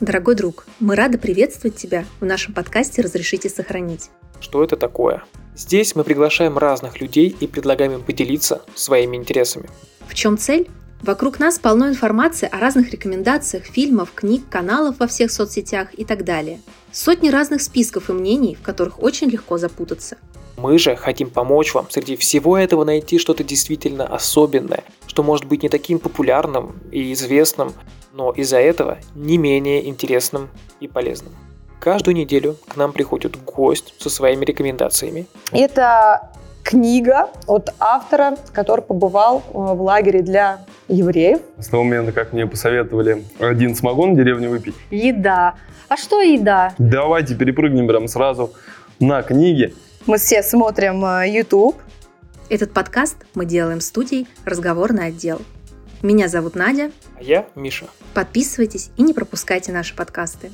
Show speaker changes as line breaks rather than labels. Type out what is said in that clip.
Дорогой друг, мы рады приветствовать тебя в нашем подкасте «Разрешите сохранить».
Что это такое? Здесь мы приглашаем разных людей и предлагаем им поделиться своими интересами.
В чем цель? Вокруг нас полно информации о разных рекомендациях, фильмов, книг, каналов во всех соцсетях и так далее. Сотни разных списков и мнений, в которых очень легко запутаться.
Мы же хотим помочь вам среди всего этого найти что-то действительно особенное, что может быть не таким популярным и известным, но из-за этого не менее интересным и полезным. Каждую неделю к нам приходит гость со своими рекомендациями.
Это книга от автора, который побывал э, в лагере для евреев.
С того момента, как мне посоветовали один самогон в деревне выпить,
Еда. А что еда?
давайте перепрыгнем прям сразу на книги.
Мы все смотрим э, YouTube.
Этот подкаст мы делаем студией «Разговорный отдел». Меня зовут Надя.
А я Миша.
Подписывайтесь и не пропускайте наши подкасты.